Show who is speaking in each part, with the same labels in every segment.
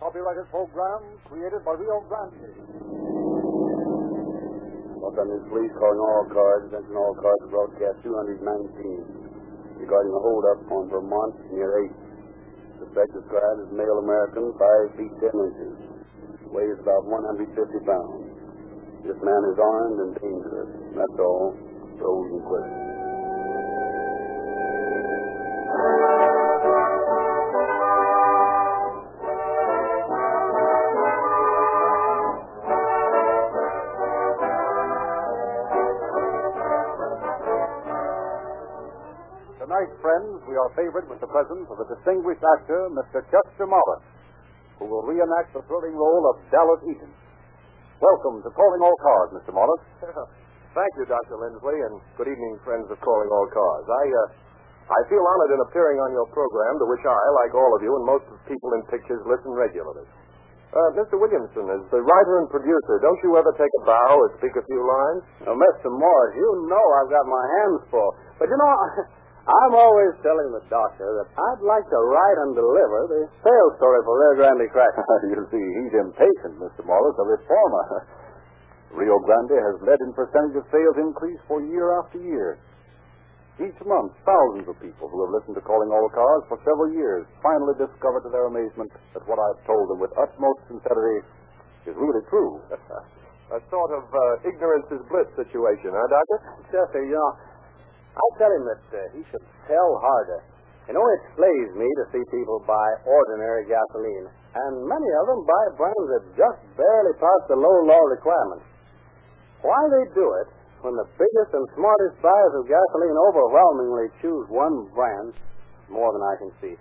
Speaker 1: copyrighted program created by Rio Grande.
Speaker 2: Welcome to the police calling all cars. Attention all cars to broadcast 219 regarding a holdup on Vermont near 8. Suspect described as male American, 5 feet 10 inches. Weighs about 150 pounds. This man is armed and dangerous. That's all. Those in question.
Speaker 1: Tonight, friends, we are favored with the presence of a distinguished actor, Mr. Chester Morris, who will reenact the thrilling role of Dallas Eaton. Welcome to Calling All Cars, Mr. Morris.
Speaker 3: Thank you, Dr. Lindsley, and good evening, friends of Calling All Cars. I, uh, I feel honored in appearing on your program, to which I, like all of you and most of the people in pictures, listen regularly. Uh, Mr. Williamson, as the writer and producer, don't you ever take a bow or speak a few lines?
Speaker 2: Now, Mr. Morris, you know I've got my hands full. But you know, I'm always telling the doctor that I'd like to write and deliver the sales story for Rio Grande Crack.
Speaker 4: you see, he's impatient, Mr. Morris, a reformer. Rio Grande has led in percentage of sales increase for year after year. Each month, thousands of people who have listened to Calling All Cars for several years finally discover to their amazement that what I've told them with utmost sincerity is really true.
Speaker 3: A sort of uh, ignorance is bliss situation, huh, Doctor?
Speaker 2: Chester, you know, I tell him that uh, he should sell harder. You know, it slays me to see people buy ordinary gasoline, and many of them buy brands that just barely pass the low law requirements. Why they do it when the biggest and smartest buyers of gasoline overwhelmingly choose one brand is more than I can see.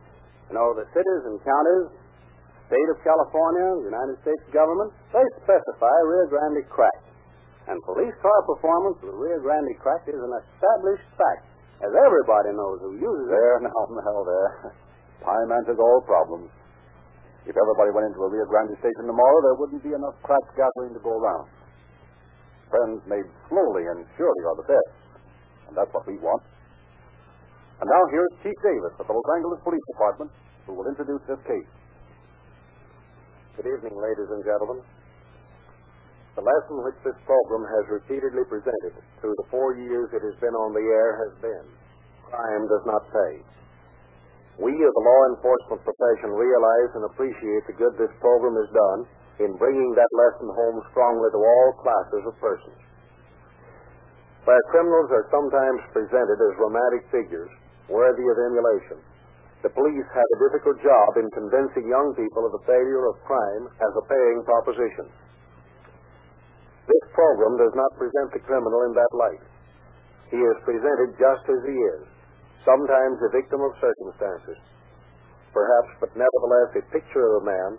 Speaker 2: You know, the cities and counties, state of California, the United States government, they specify Rio Grande crack. And police car performance with Rio Grande crack is an established fact, as everybody knows who uses it.
Speaker 4: There, now, now, there. Time answers all problems. If everybody went into a Rio Grande station tomorrow, there wouldn't be enough cracked gasoline to go around. Friends made slowly and surely are the best. And that's what we want. And now here is Chief Davis of the Los Angeles Police Department, who will introduce this case.
Speaker 2: Good evening, ladies and gentlemen. The lesson which this program has repeatedly presented through the four years it has been on the air has been crime does not pay. We of the law enforcement profession realize and appreciate the good this program has done in bringing that lesson home strongly to all classes of persons. Where criminals are sometimes presented as romantic figures worthy of emulation, the police have a difficult job in convincing young people of the failure of crime as a paying proposition. This program does not present the criminal in that light. He is presented just as he is, sometimes a victim of circumstances. Perhaps, but nevertheless, a picture of a man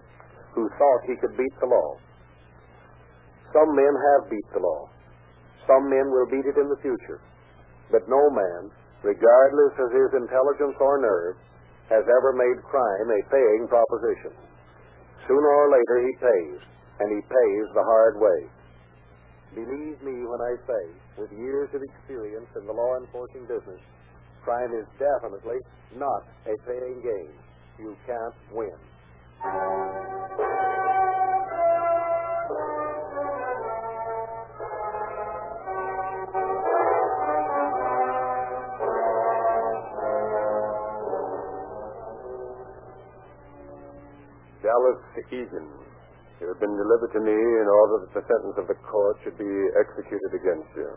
Speaker 2: who thought he could beat the law. Some men have beat the law. Some men will beat it in the future. But no man, regardless of his intelligence or nerve, has ever made crime a paying proposition. Sooner or later he pays, and he pays the hard way. Believe me when I say, with years of experience in the law enforcing business, crime is definitely not a paying game. You can't win.
Speaker 3: Dallas Egan. It had been delivered to me in order that the sentence of the court should be executed against you.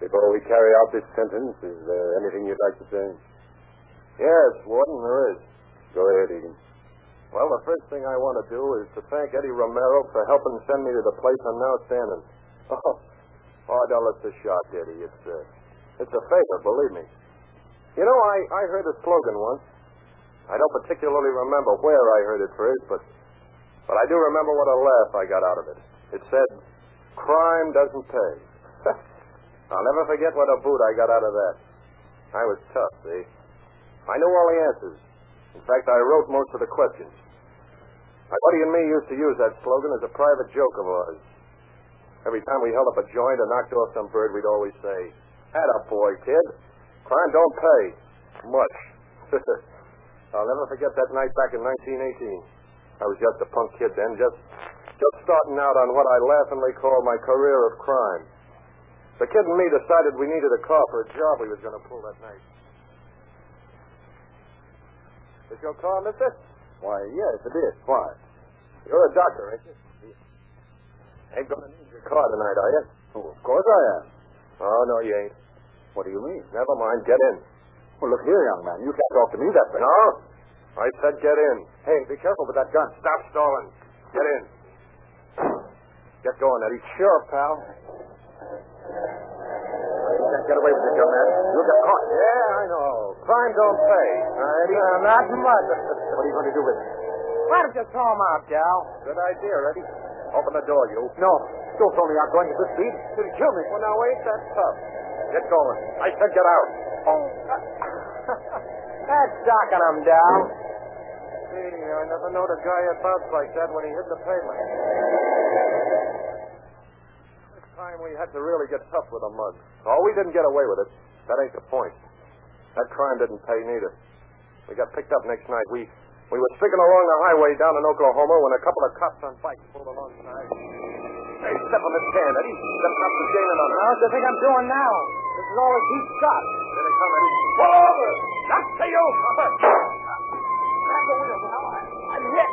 Speaker 3: Before we carry out this sentence, is there anything you'd like to say?
Speaker 5: Yes, Warden, there is.
Speaker 3: Go ahead, Egan.
Speaker 5: Well, the first thing I want to do is to thank Eddie Romero for helping send me to the place I'm now standing. Oh, oh Dallas is shocked, Eddie. It's, uh, it's a favor, believe me. You know, I, I heard a slogan once. I don't particularly remember where I heard it first, but but I do remember what a laugh I got out of it. It said, "Crime doesn't pay." I'll never forget what a boot I got out of that. I was tough, see. I knew all the answers. In fact, I wrote most of the questions. My buddy and me used to use that slogan as a private joke of ours. Every time we held up a joint or knocked off some bird, we'd always say, "Atta boy, kid. Crime don't pay much." I'll never forget that night back in 1918. I was just a punk kid then, just just starting out on what I laughingly called my career of crime. The kid and me decided we needed a car for a job we was going to pull that night. Is your car, mister?
Speaker 2: Why, yes, it is. Why?
Speaker 5: You're a doctor, ain't you? Ain't going to need your car tonight, are you?
Speaker 2: Oh, of course I am.
Speaker 5: Oh, no, you ain't.
Speaker 2: What do you mean?
Speaker 5: Never mind. Get in.
Speaker 2: Well, look here, young man. You can't talk to me that way.
Speaker 5: No? I said get in.
Speaker 2: Hey, be careful with that gun.
Speaker 5: Stop stalling. Get in. Get going, Eddie.
Speaker 2: Sure, pal. You can't get away with it, young man. You'll get caught.
Speaker 5: Yeah, I know. Crime don't pay.
Speaker 2: Now, Eddie.
Speaker 6: Uh, not much.
Speaker 2: What are you going to do with it?
Speaker 6: Why don't you throw him out, gal?
Speaker 5: Good idea, Eddie. Open the door, you.
Speaker 2: No. Don't throw me out going at this speed. You'll kill me.
Speaker 5: Well, now, ain't that tough? Get going. I said get out.
Speaker 6: Oh. That's docking him, Dal.
Speaker 5: Gee, I never knowed a guy that bounced like that when he hit the pavement. This time we had to really get tough with a mug. Oh, we didn't get away with it. That ain't the point. That crime didn't pay neither. We got picked up next night. We we were sticking along the highway down in Oklahoma when a couple of cops on bikes pulled alongside. Hey, step on the stand, Eddie. Step up the gaining on
Speaker 6: Well,
Speaker 5: us.
Speaker 6: what do you think I'm doing now? This is all as he's got.
Speaker 5: Here they come, Eddie. Pull over! Not to you!
Speaker 6: Grab the wheel, pal. I- I'm hit.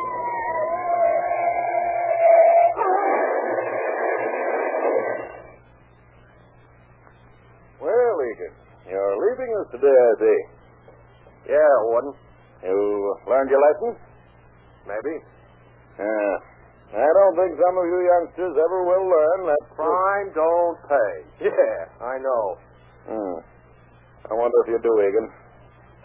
Speaker 3: Well, Egan, you're leaving us today, I see.
Speaker 5: Yeah, it wouldn't.
Speaker 3: You learned your lesson?
Speaker 5: Maybe.
Speaker 3: Yeah. I don't think some of you youngsters ever will learn that.
Speaker 5: Crime don't pay. Yeah, I know.
Speaker 3: Hmm. I wonder if you do, Egan.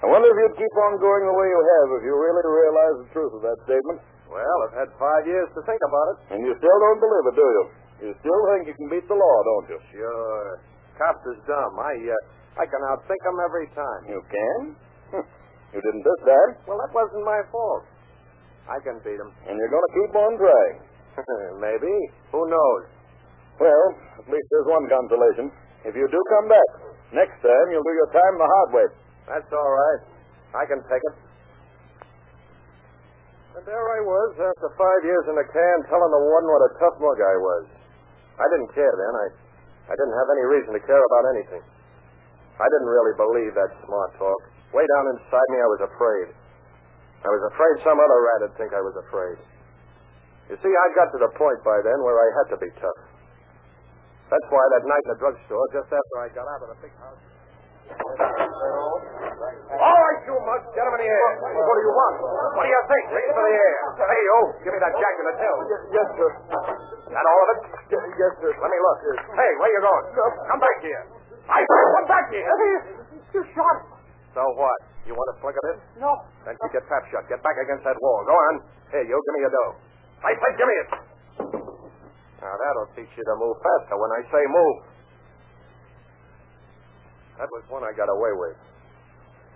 Speaker 3: I wonder if you'd keep on going the way you have if you really realize the truth of that statement.
Speaker 5: Well, I've had five years to think about it.
Speaker 3: And you still don't believe it, do you? You still think you can beat the law, don't you?
Speaker 5: Sure. Cops is dumb. I, uh, I can outthink 'em every time.
Speaker 3: You can? Hmm. You didn't this time,
Speaker 5: Well, that wasn't my fault. I can beat 'em.
Speaker 3: and you're going to keep on trying.
Speaker 5: Maybe. Who knows?
Speaker 3: Well, at least there's one consolation. If you do come back, next time you'll do your time the hard way.
Speaker 5: That's all right. I can take it. And there I was, after five years in the can, telling the warden what a tough mug I was. I didn't care then. I, I didn't have any reason to care about anything. I didn't really believe that smart talk. Way down inside me, I was afraid. I was afraid some other rat would think I was afraid. You see, I got to the point by then where I had to be tough. That's why that night in the drugstore, just after I got out of the big house. All right, you mugs, get him in the air. What do you want? What do you think? Take him in the air. Hey, you, give me that jack in the tail.
Speaker 2: Yes, sir.
Speaker 5: That all of it?
Speaker 2: Yes, sir.
Speaker 5: Let me look. Hey, where you going? Come back here. I come back here.
Speaker 6: You shot him.
Speaker 5: So what? You want to flick at it?
Speaker 6: No.
Speaker 5: Then you get pap shot. Get back against that wall. Go on. Here, you, give me your dough. I said, give me it. Now, that'll teach you to move faster when I say move. That was one I got away with.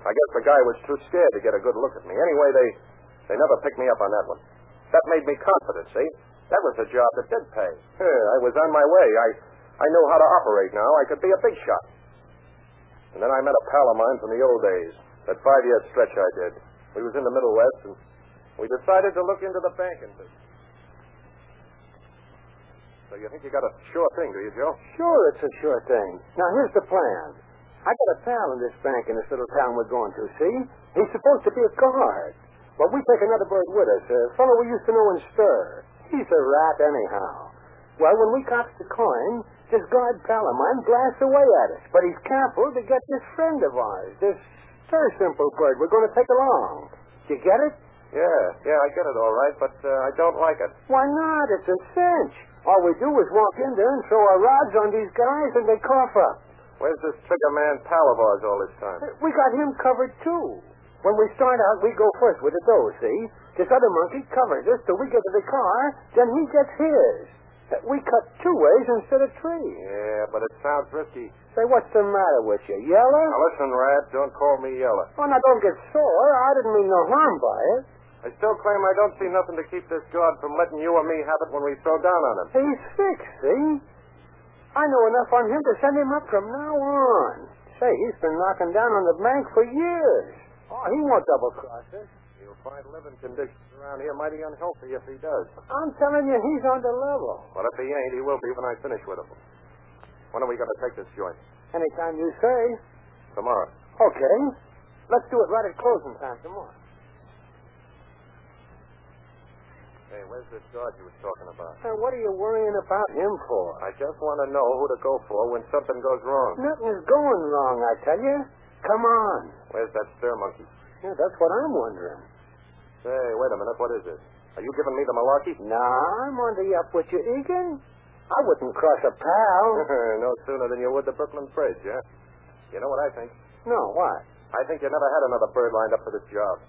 Speaker 5: I guess the guy was too scared to get a good look at me. Anyway, they they never picked me up on that one. That made me confident, see? That was a job that did pay. Yeah, I was on my way. I I knew how to operate now. I could be a big shot. And then I met a pal of mine from the old days. That five year stretch I did. We was in the Middle West and we decided to look into the banking business. So you think you got a sure thing, do you, Joe?
Speaker 2: Sure, it's a sure thing. Now, here's the plan. I got a pal in this bank in this little town we're going to, see? He's supposed to be a guard. But we take another bird with us, a fellow we used to know in Stir. He's a rat, anyhow. Well, when we cops the coin, this guard pal of mine blasts away at us. But he's careful to get this friend of ours, this Stir simple bird we're going to take along. You get it?
Speaker 5: Yeah, yeah, I get it all right, but uh, I don't like it.
Speaker 2: Why not? It's a cinch. All we do is walk in there and throw our rods on these guys, and they cough up.
Speaker 5: Where's this trigger man pal of ours all this time?
Speaker 2: We got him covered too. When we start out, we go first with the dough, see? This other monkey covers us till we get to the car, then he gets his. We cut two ways instead of three.
Speaker 5: Yeah, but it sounds risky.
Speaker 2: Say, what's the matter with you? Yeller?
Speaker 5: Now listen, Rat, don't call me Yeller.
Speaker 2: Oh, now don't get sore. I didn't mean no harm by it.
Speaker 5: I still claim I don't see nothing to keep this guard from letting you or me have it when we throw down on him.
Speaker 2: He's sick, see? I know enough on him to send him up from now Oh, on. Say, he's been knocking down on the bank for years. Oh, he won't double cross us.
Speaker 5: He'll find living conditions around here mighty unhealthy if he does.
Speaker 2: I'm telling you, he's on the level.
Speaker 5: But if he ain't, he will be when I finish with him. When are we going to take this joint?
Speaker 2: Anytime you say.
Speaker 5: Tomorrow.
Speaker 2: Okay. Let's do it right at closing time tomorrow.
Speaker 5: Hey, where's this guard you was talking about?
Speaker 2: Now, what are you worrying about him for?
Speaker 5: I just want to know who to go for when something goes wrong.
Speaker 2: Nothing's going wrong, I tell you. Come on.
Speaker 5: Where's that stir monkey?
Speaker 2: Yeah, that's what I'm wondering.
Speaker 5: Hey, wait a minute. What is this? Are you giving me the malarkey?
Speaker 2: Nah, I'm on the up with you, Egan. I wouldn't cross a pal.
Speaker 5: no sooner than you would the Brooklyn Bridge, huh? You know what I think?
Speaker 2: No, what?
Speaker 5: I think you never had another bird lined up for this job.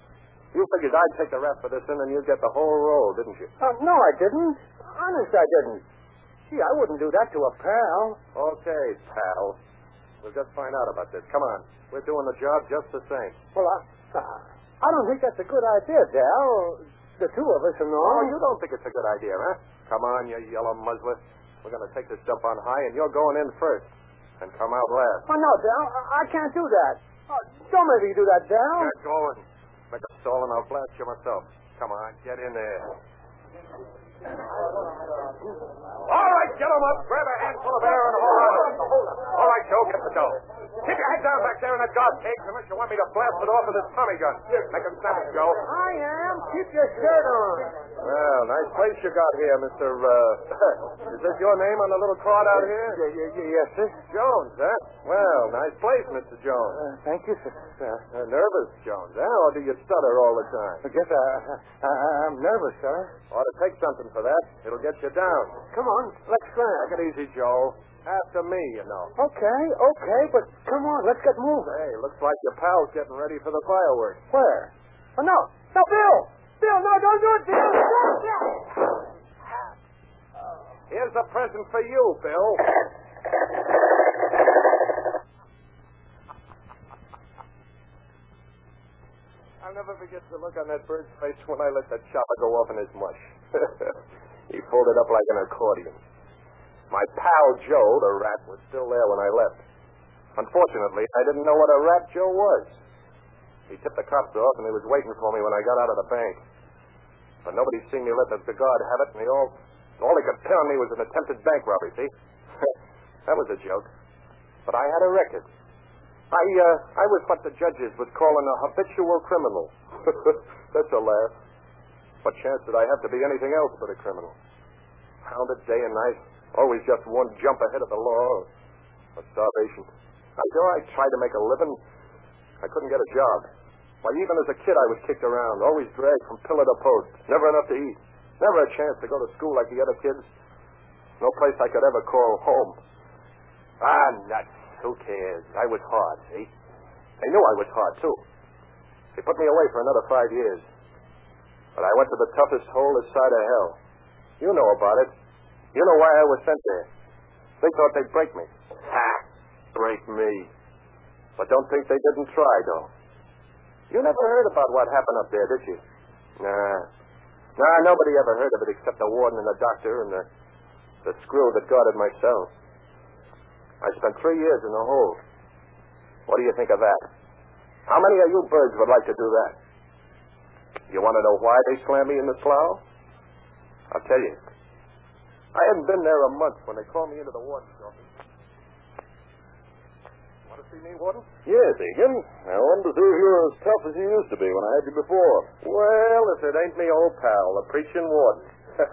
Speaker 5: You figured I'd take the rap for this in and you'd get the whole roll, didn't you?
Speaker 2: Uh, no, I didn't. Honest, I didn't. Gee, I wouldn't do that to a pal.
Speaker 5: Okay, pal. We'll just find out about this. Come on. We're doing the job just the same.
Speaker 2: Well, I, uh, I don't think that's a good idea, Dal. The two of us and all.
Speaker 5: Oh, you don't think it's a good idea, huh? Come on, you yellow muzzler. We're going to take this up on high, and you're going in first and come out last.
Speaker 2: Oh, no, Dal. I, I can't do that. Oh, don't make me do that, Dal.
Speaker 5: Get going. Make a stall, and I'll blast you myself. Come on, get in there. All right, get 'em up. Grab a handful of air and hold on. to 'em. All right, Joe, get the dough. Keep your head down back there in that guard cage unless you want me to blast it off with this Tommy gun. Make 'em sandwich, Joe.
Speaker 2: I am. Keep your shirt on.
Speaker 5: Well, nice place you got here, Mr. Uh, is this your name on the little card out here?
Speaker 2: yes, sir.
Speaker 5: Jones, huh? Well, nice place, Mr. Jones.
Speaker 2: Uh, thank you, sir. Uh,
Speaker 5: Uh, nervous, Jones, huh? Or do you stutter all the time?
Speaker 2: I
Speaker 3: uh,
Speaker 2: guess I, I, I- I'm nervous, sir.
Speaker 5: Ought to take something for that. It'll get you down.
Speaker 2: Come on, let's
Speaker 5: Take
Speaker 2: slam.
Speaker 5: it easy, Joe. After me, you know.
Speaker 2: Okay, okay, but come on, let's get moving.
Speaker 5: Hey, looks like your pal's getting ready for the fireworks.
Speaker 2: Where? Oh, no, no, Bill! Bill, no, don't do it, Bill!
Speaker 5: Here's a present for you, Bill. I'll never forget the look on that bird's face when I let the chopper go off in his mush. he folded up like an accordion. My pal Joe, the rat, was still there when I left. Unfortunately, I didn't know what a rat Joe was. He tipped the cops off and he was waiting for me when I got out of the bank. But nobody seen me let the guard have it, and they all all they could pin on me was an attempted bank robbery, see? that was a joke. But I had a record. I uh, I was what the judges would call an a habitual criminal. That's a laugh. What chance did I have to be anything else but a criminal? Hounded day and night, always just one jump ahead of the law, or starvation. I sure I tried to make a living. I couldn't get a job. Why, even as a kid, I was kicked around, always dragged from pillar to post, never enough to eat. Never a chance to go to school like the other kids. No place I could ever call home. Ah, nuts. Who cares? I was hard, see? They knew I was hard, too. They put me away for another five years. But I went to the toughest hole this side of hell. You know about it. You know why I was sent there. They thought they'd break me. Ha! Break me. But don't think they didn't try, though. You never heard about what happened up there, did you? Nah. Nah, nobody ever heard of it except the warden and the doctor and the, the screw that guarded my cell. I spent three years in the hole. What do you think of that? How many of you birds would like to do that? You want to know why they slammed me in the slough? I'll tell you. I hadn't been there a month when they called me into the warden's office. Want to see me, warden?
Speaker 3: Yes, Egan. I wanted to see if you were as tough as you used to be when I had you before.
Speaker 5: Well, if it ain't me old pal, the preaching warden.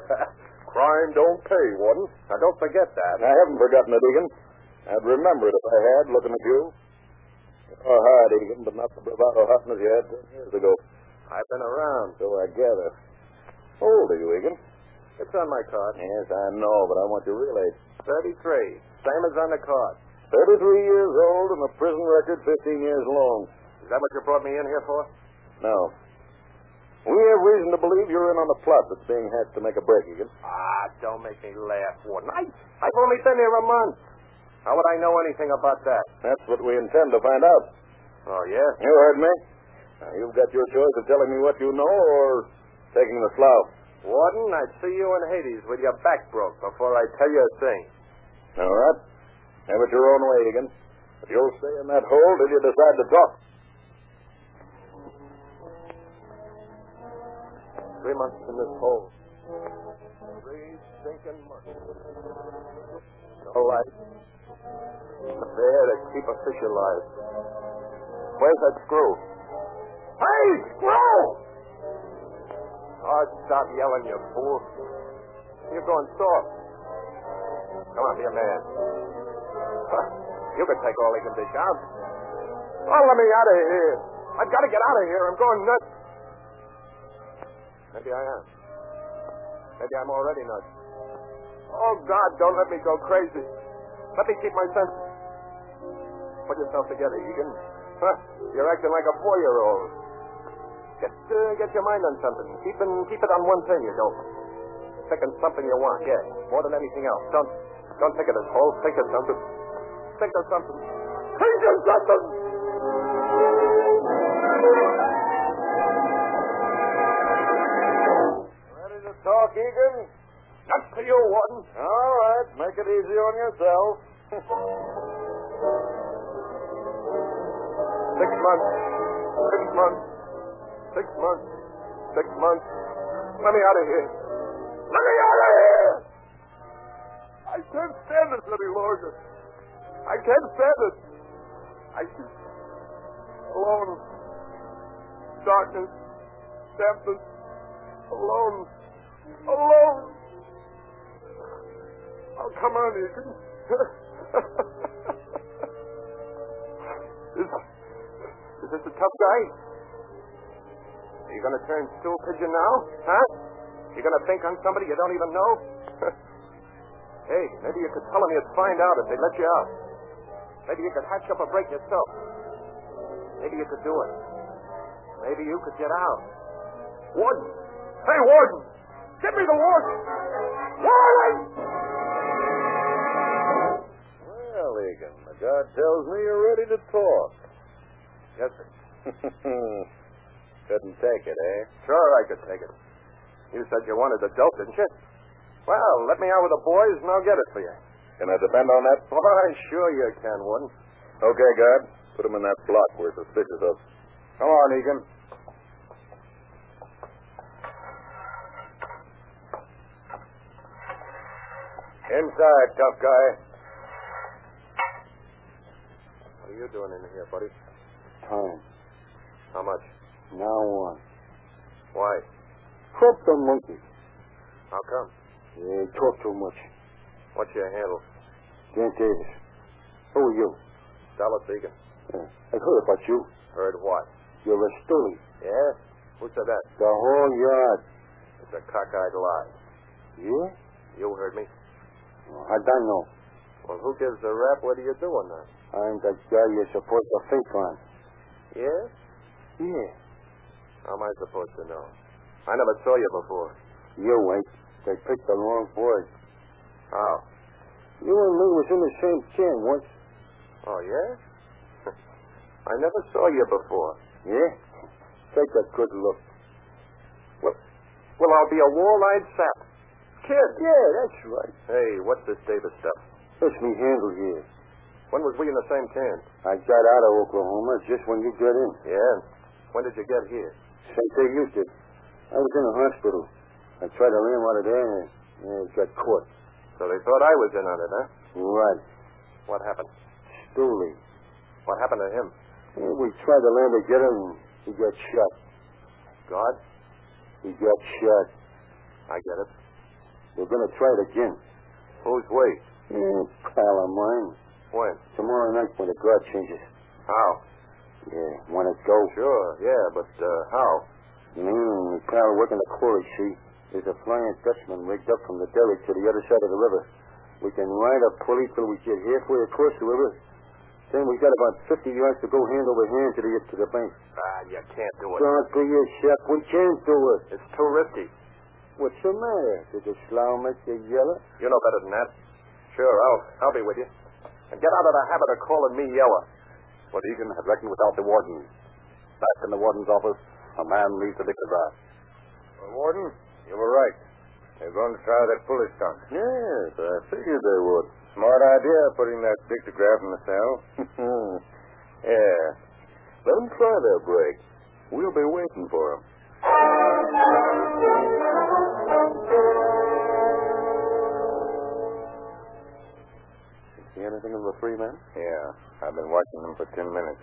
Speaker 3: Crime don't pay, Warden.
Speaker 5: Now, don't forget that.
Speaker 3: I haven't forgotten it, Egan. I'd remember it if I had, looking at you. Oh, hard, Egan, but not the bravado hotness you had ten years ago.
Speaker 5: I've been around.
Speaker 3: So I gather. How old are you, Egan?
Speaker 5: It's on my card.
Speaker 3: Yes, I know, but I want you to realize.
Speaker 5: 33. Same as on the card.
Speaker 3: 33 years old and a prison record 15 years long.
Speaker 5: Is that what you brought me in here for?
Speaker 3: No. We have reason to believe you're in on a plot that's being hatched to make a break, Egan.
Speaker 5: Ah, don't make me laugh, Warden. I, I've only been here a month. How would I know anything about that?
Speaker 3: That's what we intend to find out.
Speaker 5: Oh, yeah?
Speaker 3: You heard me. Now, you've got your choice of telling me what you know or taking the slough.
Speaker 5: Warden, I'd see you in Hades with your back broke before I tell you a thing.
Speaker 3: All right. Have it your own way, Egan. But you'll stay in that hole till you decide to talk.
Speaker 5: Three months in this hole. Three stinking months. No light. There to keep a fish alive. Where's that screw?
Speaker 7: Hey, screw!
Speaker 5: Oh, stop yelling, you fool. You're going soft. Come on, be a man. Huh, You can take all he can dish out. Oh, let me out of here. I've got to get out of here. I'm going nuts. Maybe I am. Maybe I'm already nuts. Oh, God, don't let me go crazy. Let me keep my senses. Put yourself together, Egan. Huh, you're acting like a four-year-old. Get, uh, get your mind on something. Keep, in, keep it on one thing, you dope. Think of something you want, yes. More than anything else. Don't, don't think of this whole. Think of something. Think of something. Think of something!
Speaker 8: Ready to talk, Egan?
Speaker 5: Nuts to you, Warden.
Speaker 8: All right, make it easy on yourself.
Speaker 5: Six months. Six months. Six months. Six months. Let me out of here. Let me out of here! I can't stand this any longer. I can't stand it. I just... Alone. Darkness. Dampness. Alone. Alone. Oh, come on, Egan. It's... Is this a tough guy? Are you going to turn stool pigeon now? Huh? You're going to think on somebody you don't even know? hey, maybe you could tell them you'd find out if they let you out. Maybe you could hatch up a break yourself. Maybe you could do it. Maybe you could get out. Warden! Hey, Warden! Get me the warden! Warden!
Speaker 8: Well, Egan, the guard tells me you're ready to talk.
Speaker 5: Yes, sir.
Speaker 8: Couldn't take it, eh?
Speaker 5: Sure, I could take it. You said you wanted the dope, didn't you? Well, let me out with the boys and I'll get it for you.
Speaker 8: Can I depend on that?
Speaker 5: Why, sure you can, Warden.
Speaker 8: Okay, guard. Put him in that block we're suspicious of.
Speaker 2: Come on, Egan.
Speaker 8: Inside, tough guy.
Speaker 5: What are you doing in here, buddy?
Speaker 2: Time.
Speaker 5: How much?
Speaker 2: Now one.
Speaker 5: Why?
Speaker 2: Crook the monkey.
Speaker 5: How come?
Speaker 2: Yeah, talk too much.
Speaker 5: What's your handle?
Speaker 2: James Davis. Who are you?
Speaker 5: Dallas Egan.
Speaker 2: Yeah. I've heard about you.
Speaker 5: Heard what?
Speaker 2: You're a stoolie.
Speaker 5: Yeah? Who said that?
Speaker 2: The whole yard.
Speaker 5: It's a cockeyed lie.
Speaker 2: Yeah?
Speaker 5: You heard me.
Speaker 2: Oh, I don't know.
Speaker 5: Well, who gives a rap whether you're doing that?
Speaker 2: I'm the guy you're supposed to think on.
Speaker 5: Yeah?
Speaker 2: Yeah.
Speaker 5: How am I supposed to know? I never saw you before.
Speaker 2: You ain't. They picked the wrong boy.
Speaker 5: How?
Speaker 2: You and me was in the same can once.
Speaker 5: Oh, yeah? I never saw you before.
Speaker 2: Yeah? Take a good look.
Speaker 5: Well, I'll be a wall-eyed sap. Kid!
Speaker 2: Yeah, that's right.
Speaker 5: Hey, what's this Davis stuff?
Speaker 2: It's me handle here.
Speaker 5: When was we in the same can?
Speaker 2: I got out of Oklahoma just when you got in.
Speaker 5: Yeah. When did you get here?
Speaker 2: Same thing you did. I was in the hospital. I tried to land out of there and yeah, got caught.
Speaker 5: So they thought I was in on it, huh?
Speaker 2: Right.
Speaker 5: What happened?
Speaker 2: Stooley.
Speaker 5: What happened to him?
Speaker 2: Yeah, we tried to land together and he got shot.
Speaker 5: God?
Speaker 2: He got shot.
Speaker 5: I get it.
Speaker 2: We're gonna try it again.
Speaker 5: Who's we?
Speaker 2: Yeah, pal of mine.
Speaker 5: When?
Speaker 2: Tomorrow night when the guard changes.
Speaker 5: How?
Speaker 2: Yeah, wanna go?
Speaker 5: Sure, yeah, but uh, how?
Speaker 2: Me and Mm, the pal working the quarry sheet. There's a flying Dutchman rigged up from the derrick to the other side of the river. We can ride a pulley till we get halfway across the river. Then we got about 50 yards to go hand over hand to the to the bank.
Speaker 5: Ah, you can't do it.
Speaker 2: Don't be a chef. We can do it.
Speaker 5: It's too risky.
Speaker 2: What's the matter? Did the slough make you yellow?
Speaker 5: You know better than that. Sure, I'll I'll be with you. And get out of the habit of calling me Yeller.
Speaker 2: But Egan had reckoned without the warden. Back in the warden's office, a man leaves the liquor bar.
Speaker 8: Well, Warden, you were right. They're going to try that pulley stunt.
Speaker 2: Yes, I figured they would.
Speaker 8: Smart idea, putting that dictograph in the cell. yeah. Let them try their break. We'll be waiting for them.
Speaker 2: Anything of the three men?
Speaker 3: Yeah. I've been watching them for ten minutes.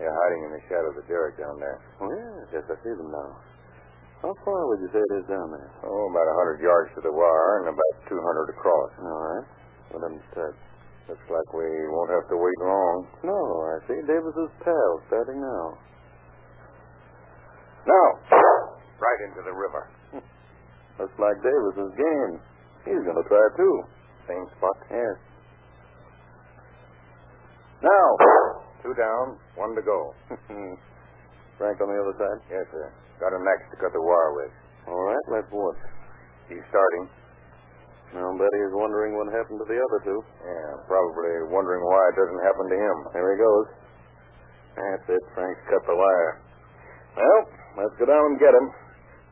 Speaker 3: They're hiding in the shadow of the derrick down there.
Speaker 2: Oh, yes. Yes, I see them now. How far would you say it is down there?
Speaker 3: Oh, about a hundred yards to the wire and about two hundred across.
Speaker 2: All right. Well, then, uh,
Speaker 3: Looks like we won't have to wait long.
Speaker 2: no, I see Davis's pal starting now.
Speaker 3: Now, right into the river.
Speaker 2: Looks like Davis's game. He's going to try too.
Speaker 3: Same spot.
Speaker 2: Yes.
Speaker 3: Now, two down, one to go.
Speaker 2: Hmm. Frank on the other side.
Speaker 3: Yes, sir. Got an axe to cut the wire with.
Speaker 2: All right, let's watch.
Speaker 3: He's starting.
Speaker 2: Now Betty is wondering what happened to the other two.
Speaker 3: Yeah, probably wondering why it doesn't happen to him.
Speaker 2: There he goes. That's it. Frank's cut the wire. Well, let's go down and get him.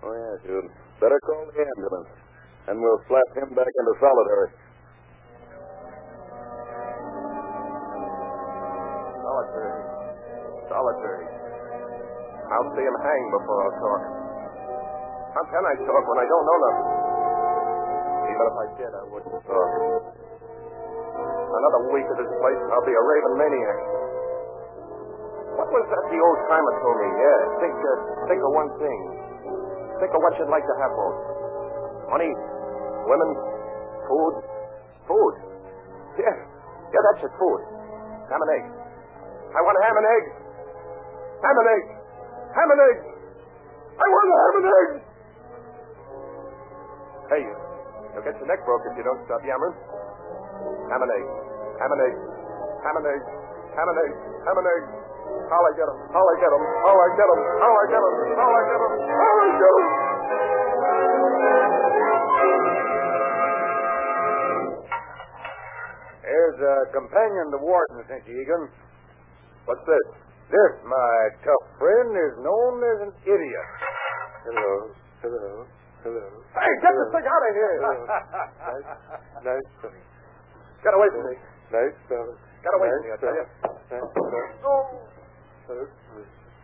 Speaker 2: Oh, yeah, dude. Better call the ambulance. And we'll slap him back into solitary.
Speaker 5: Solitary. Solitary. I'll see him hang before I'll talk. How can I talk when I don't know nothing? Even if I did, I wouldn't talk. Another week at this place, and I'll be a raving maniac. What was that the old timer told me? Yeah, think, uh, think of one thing. Think of what you'd like to have for it. Money, women, food. Food. Yeah, yeah, that's it, food. Ham and eggs. I want ham and eggs. Ham and eggs. Ham and eggs. I want ham and eggs. Hey, you. You'll get your neck broke if you don't stop yammering. Ham and eggs. Ham and eggs. Ham and eggs. Ham and eggs. Ham and eggs. How I get 'em? How I get 'em? How I get 'em? How I get 'em? How I get 'em? How I get 'em?
Speaker 3: Here's a companion to Wharton, St. Egan.
Speaker 5: What's this?
Speaker 3: This, my tough friend, is known as an idiot.
Speaker 2: Hello. Hello. Hello.
Speaker 5: Hey, get this thing out of here.
Speaker 2: nice. Nice. fella.
Speaker 5: Get away from me.
Speaker 2: Nice. fella.
Speaker 5: Get away from me, I tell you.
Speaker 2: Nice. fella. Hurt me.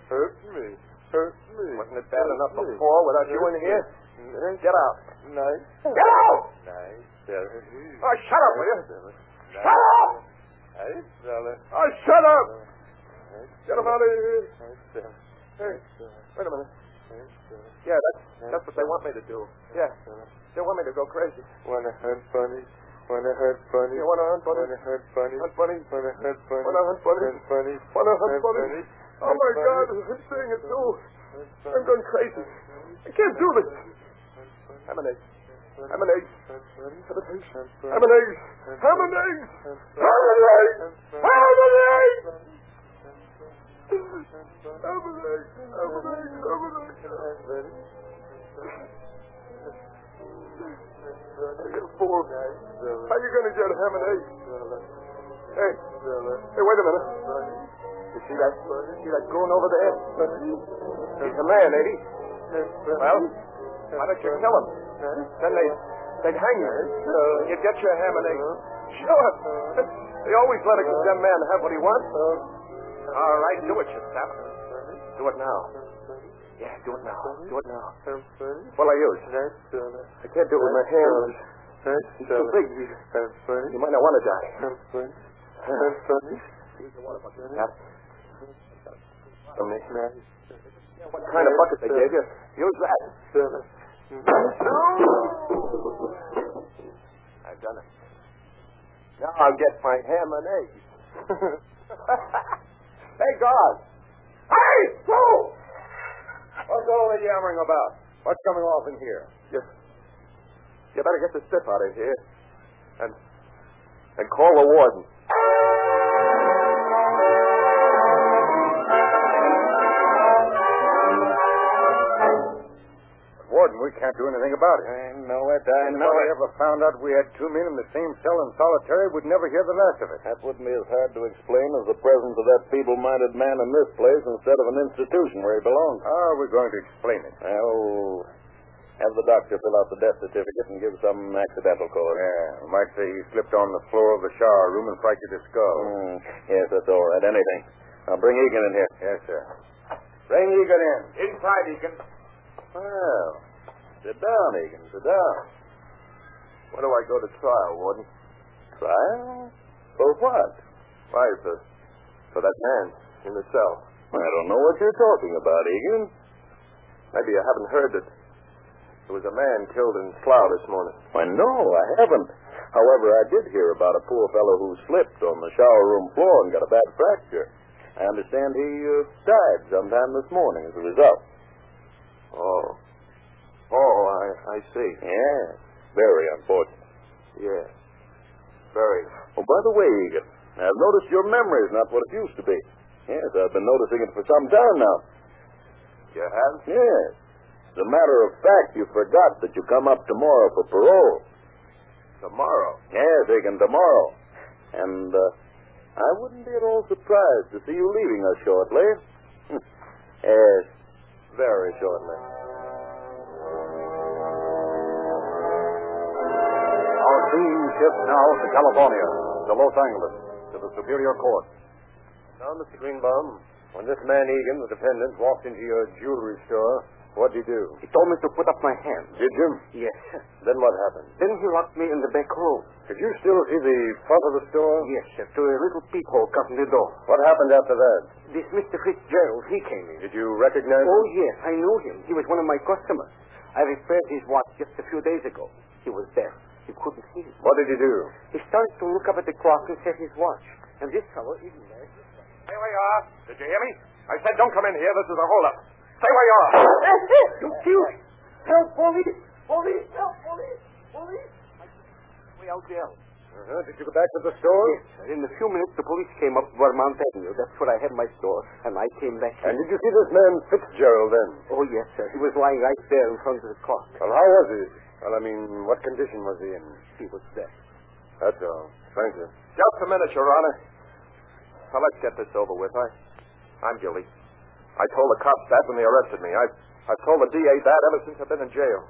Speaker 2: Hurt me. Hurt me.
Speaker 5: Wasn't it bad enough before without you in here?
Speaker 2: Nice.
Speaker 5: Get out.
Speaker 2: Nice.
Speaker 5: Get out!
Speaker 2: Nice. fella.
Speaker 5: Oh, shut up, will you?
Speaker 2: Nice. fella.
Speaker 5: Shut up!
Speaker 2: Nice. fella.
Speaker 5: Oh, shut up!
Speaker 2: Nice.
Speaker 5: Get him
Speaker 2: fella.
Speaker 5: out of here.
Speaker 2: Nice. fella.
Speaker 5: Hey,
Speaker 2: Nice. fella.
Speaker 5: wait a minute.
Speaker 2: Nice. fella.
Speaker 5: Yeah, that's, that's what they want me to do. Yeah, they want me to go crazy.
Speaker 2: Wanna hunt bunnies? Wanna hunt bunnies?
Speaker 5: You want to hunt bunny?
Speaker 2: Wanna hunt bunnies?
Speaker 5: Hunt bunny?
Speaker 2: Wanna hunt bunnies?
Speaker 5: Wanna hunt bunnies?
Speaker 2: Hunt bunnies?
Speaker 5: Wanna hunt
Speaker 2: Hunt
Speaker 5: bunnies?
Speaker 2: bunnies?
Speaker 5: Oh, my God, I'm seeing it too. I'm going crazy. I can't do this. I'm an egg. I'm an egg. I'm an egg. I'm an egg. I'm an egg. I'm an egg. I'm an egg. I'm an egg. I'm an egg. You're a fool. How you going to get ham and eggs? Hey, hey, wait a minute. You see that? You see that goon over there? He's a man, ain't he? Well, why don't you kill him? Then they, they'd hang you. You'd get your ham and eggs. Sure. They always let a condemned man have what he wants. All right, do it, you sap. Do it now. Yeah, do it now. Do it now. What'll I use? I can't do it with my hands. He's too big. You might not want to die. Sap. From me. What kind of bucket they gave you? Use that. I've done it. Now I'll get my ham and eggs. Thank God. Hey, fool! What's all the yammering about? What's coming off in here? You better get the stiff out of here. And and call the warden.
Speaker 3: Warden, we can't do anything about it.
Speaker 2: I know it. I
Speaker 3: If
Speaker 2: know
Speaker 3: we
Speaker 2: it.
Speaker 3: ever found out we had two men in the same cell in solitary, we'd never hear the last of it.
Speaker 2: That wouldn't be as hard to explain as the presence of that feeble-minded man in this place instead of an institution where he belongs.
Speaker 3: How are we going to explain it?
Speaker 2: Well, have the doctor fill out the death certificate and give some accidental cause.
Speaker 3: Yeah, we might say he slipped on the floor of the shower room and fractured his skull.
Speaker 2: Hmm, yes, that's all right. Anything. Now bring Egan in here.
Speaker 3: Yes, sir. Bring Egan in.
Speaker 6: Inside, Egan.
Speaker 2: Well, sit down, Egan. Sit down.
Speaker 5: When do I go to trial, warden?
Speaker 2: Trial? For what?
Speaker 5: Why, for, for that man in the cell.
Speaker 2: I don't know what you're talking about, Egan.
Speaker 5: Maybe you haven't heard that there was a man killed in Slough this morning.
Speaker 2: Why, no, I haven't. However, I did hear about a poor fellow who slipped on the shower room floor and got a bad fracture. I understand he uh, died sometime this morning as a result.
Speaker 5: Oh. Oh, I, I see.
Speaker 2: Yeah. Very unfortunate.
Speaker 5: Yeah. Very.
Speaker 2: Oh, by the way, Egan, I've noticed your memory is not what it used to be. Yes, I've been noticing it for some time now.
Speaker 5: You have?
Speaker 2: Yes. As a matter of fact, you forgot that you come up tomorrow for parole.
Speaker 5: Tomorrow?
Speaker 2: Yes, Egan, tomorrow. And uh, I wouldn't be at all surprised to see you leaving us shortly. yes, very shortly.
Speaker 1: Our scene shifts now to California, to Los Angeles, to the Superior Court.
Speaker 3: Now, Mr. Greenbaum, when this man Egan, the defendant, walked into your jewelry store, what did he do?
Speaker 9: He told me to put up my hand.
Speaker 3: Did you?
Speaker 9: Yes.
Speaker 3: Then what happened?
Speaker 9: Then he locked me in the back room.
Speaker 3: Could you still see the front of the store?
Speaker 9: Yes, sir, to a little peephole cut in the door.
Speaker 3: What happened after that?
Speaker 9: This Mr. Fitzgerald, he came in.
Speaker 3: Did you recognize
Speaker 9: Oh,
Speaker 3: him?
Speaker 9: yes, I knew him. He was one of my customers. I repaired his watch just a few days ago. He was deaf. He couldn't see.
Speaker 3: What did he do?
Speaker 9: He started to look up at the clock and set his watch. And this fellow isn't there.
Speaker 10: Stay where you are. Did you hear me? I said don't come in here. This is a holdup. Stay where you are.
Speaker 6: That's it. You killed. Help, police. Police. Help, police. Police.
Speaker 9: Way out there.
Speaker 3: Uh-huh. Did you go back to the store?
Speaker 9: Yes, sir. In a few minutes, the police came up Vermont Avenue. That's where I had my store, and I came back.
Speaker 3: And did you see this man Fitzgerald then?
Speaker 9: Oh, yes, sir. He was lying right there in front of the clock.
Speaker 3: Well, how was he? Well, I mean, what condition was he in?
Speaker 9: He was dead.
Speaker 3: That's all. Thank you.
Speaker 5: Just a minute, Your Honor. Now, let's get this over with. I, I'm guilty. I told the cops that when they arrested me. I've, I've told the DA that ever since I've been in jail.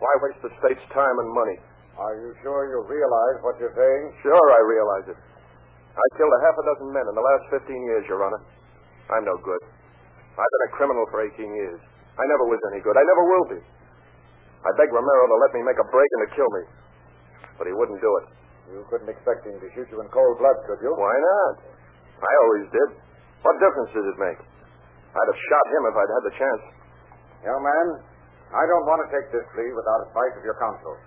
Speaker 5: Why waste the state's time and money?
Speaker 3: Are you sure you realize what you're saying?
Speaker 5: Sure, I realize it. I killed a half a dozen men in the last 15 years, Your Honor. I'm no good. I've been a criminal for 18 years. I never was any good. I never will be. I begged Romero to let me make a break and to kill me. But he wouldn't do it.
Speaker 3: You couldn't expect him to shoot you in cold blood, could you?
Speaker 5: Why not? I always did. What difference does it make? I'd have shot him if I'd had the chance.
Speaker 3: Young man, I don't want to take this plea without advice of your counsel.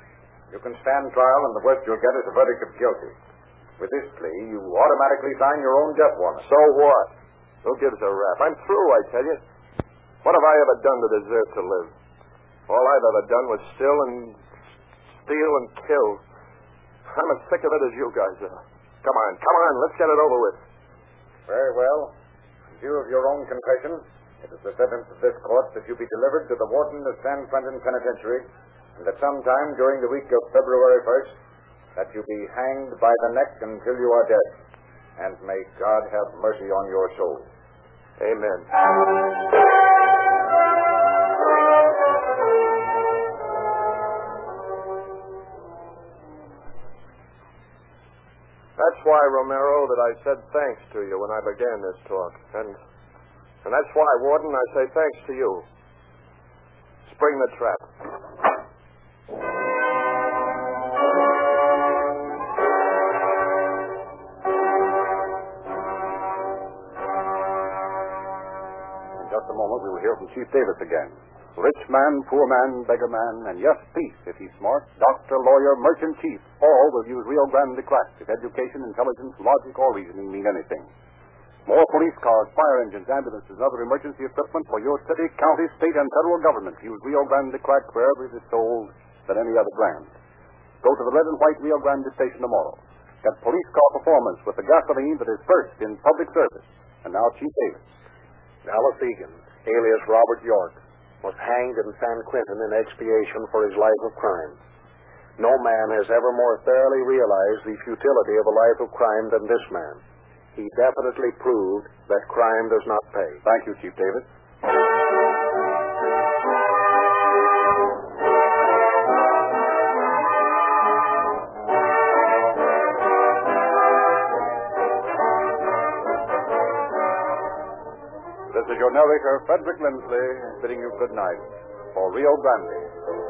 Speaker 3: You can stand trial, and the worst you'll get is a verdict of guilty. With this plea, you automatically sign your own death warrant.
Speaker 5: So what? Who gives a rap? I'm through, I tell you. What have I ever done to deserve to live? All I've ever done was steal and steal and kill. I'm as sick of it as you guys are. Come on, come on, let's get it over with.
Speaker 3: Very well. In view of your own confession, it is the sentence of this court that you be delivered to the warden of San Quentin Penitentiary, and that sometime during the week of February 1st, that you be hanged by the neck until you are dead. And may God have mercy on your soul.
Speaker 5: Amen. That's why, Romero, that I said thanks to you when I began this talk. And and that's why, Warden, I say thanks to you. Spring the trap.
Speaker 4: In just a moment, we will hear from Chief Davis again. Rich man, poor man, beggar man, and yes, thief if he's smart, doctor, lawyer, merchant, chief, all will use Rio Grande class if education, intelligence, logic, or reasoning mean anything. More police cars, fire engines, ambulances, and other emergency equipment for your city, county, state, and federal government use Rio Grande Crack wherever it is sold than any other brand. Go to the red and white Rio Grande station tomorrow. Get police car performance with the gasoline that is first in public service. And now Chief Davis.
Speaker 2: Alice Egan, alias Robert York, was hanged in San Quentin in expiation for his life of crime. No man has ever more thoroughly realized the futility of a life of crime than this man. He definitely proved that crime does not pay.
Speaker 4: Thank you, Chief Davis. This is your narrator, Frederick Lindsley, bidding you good night for Rio Grande.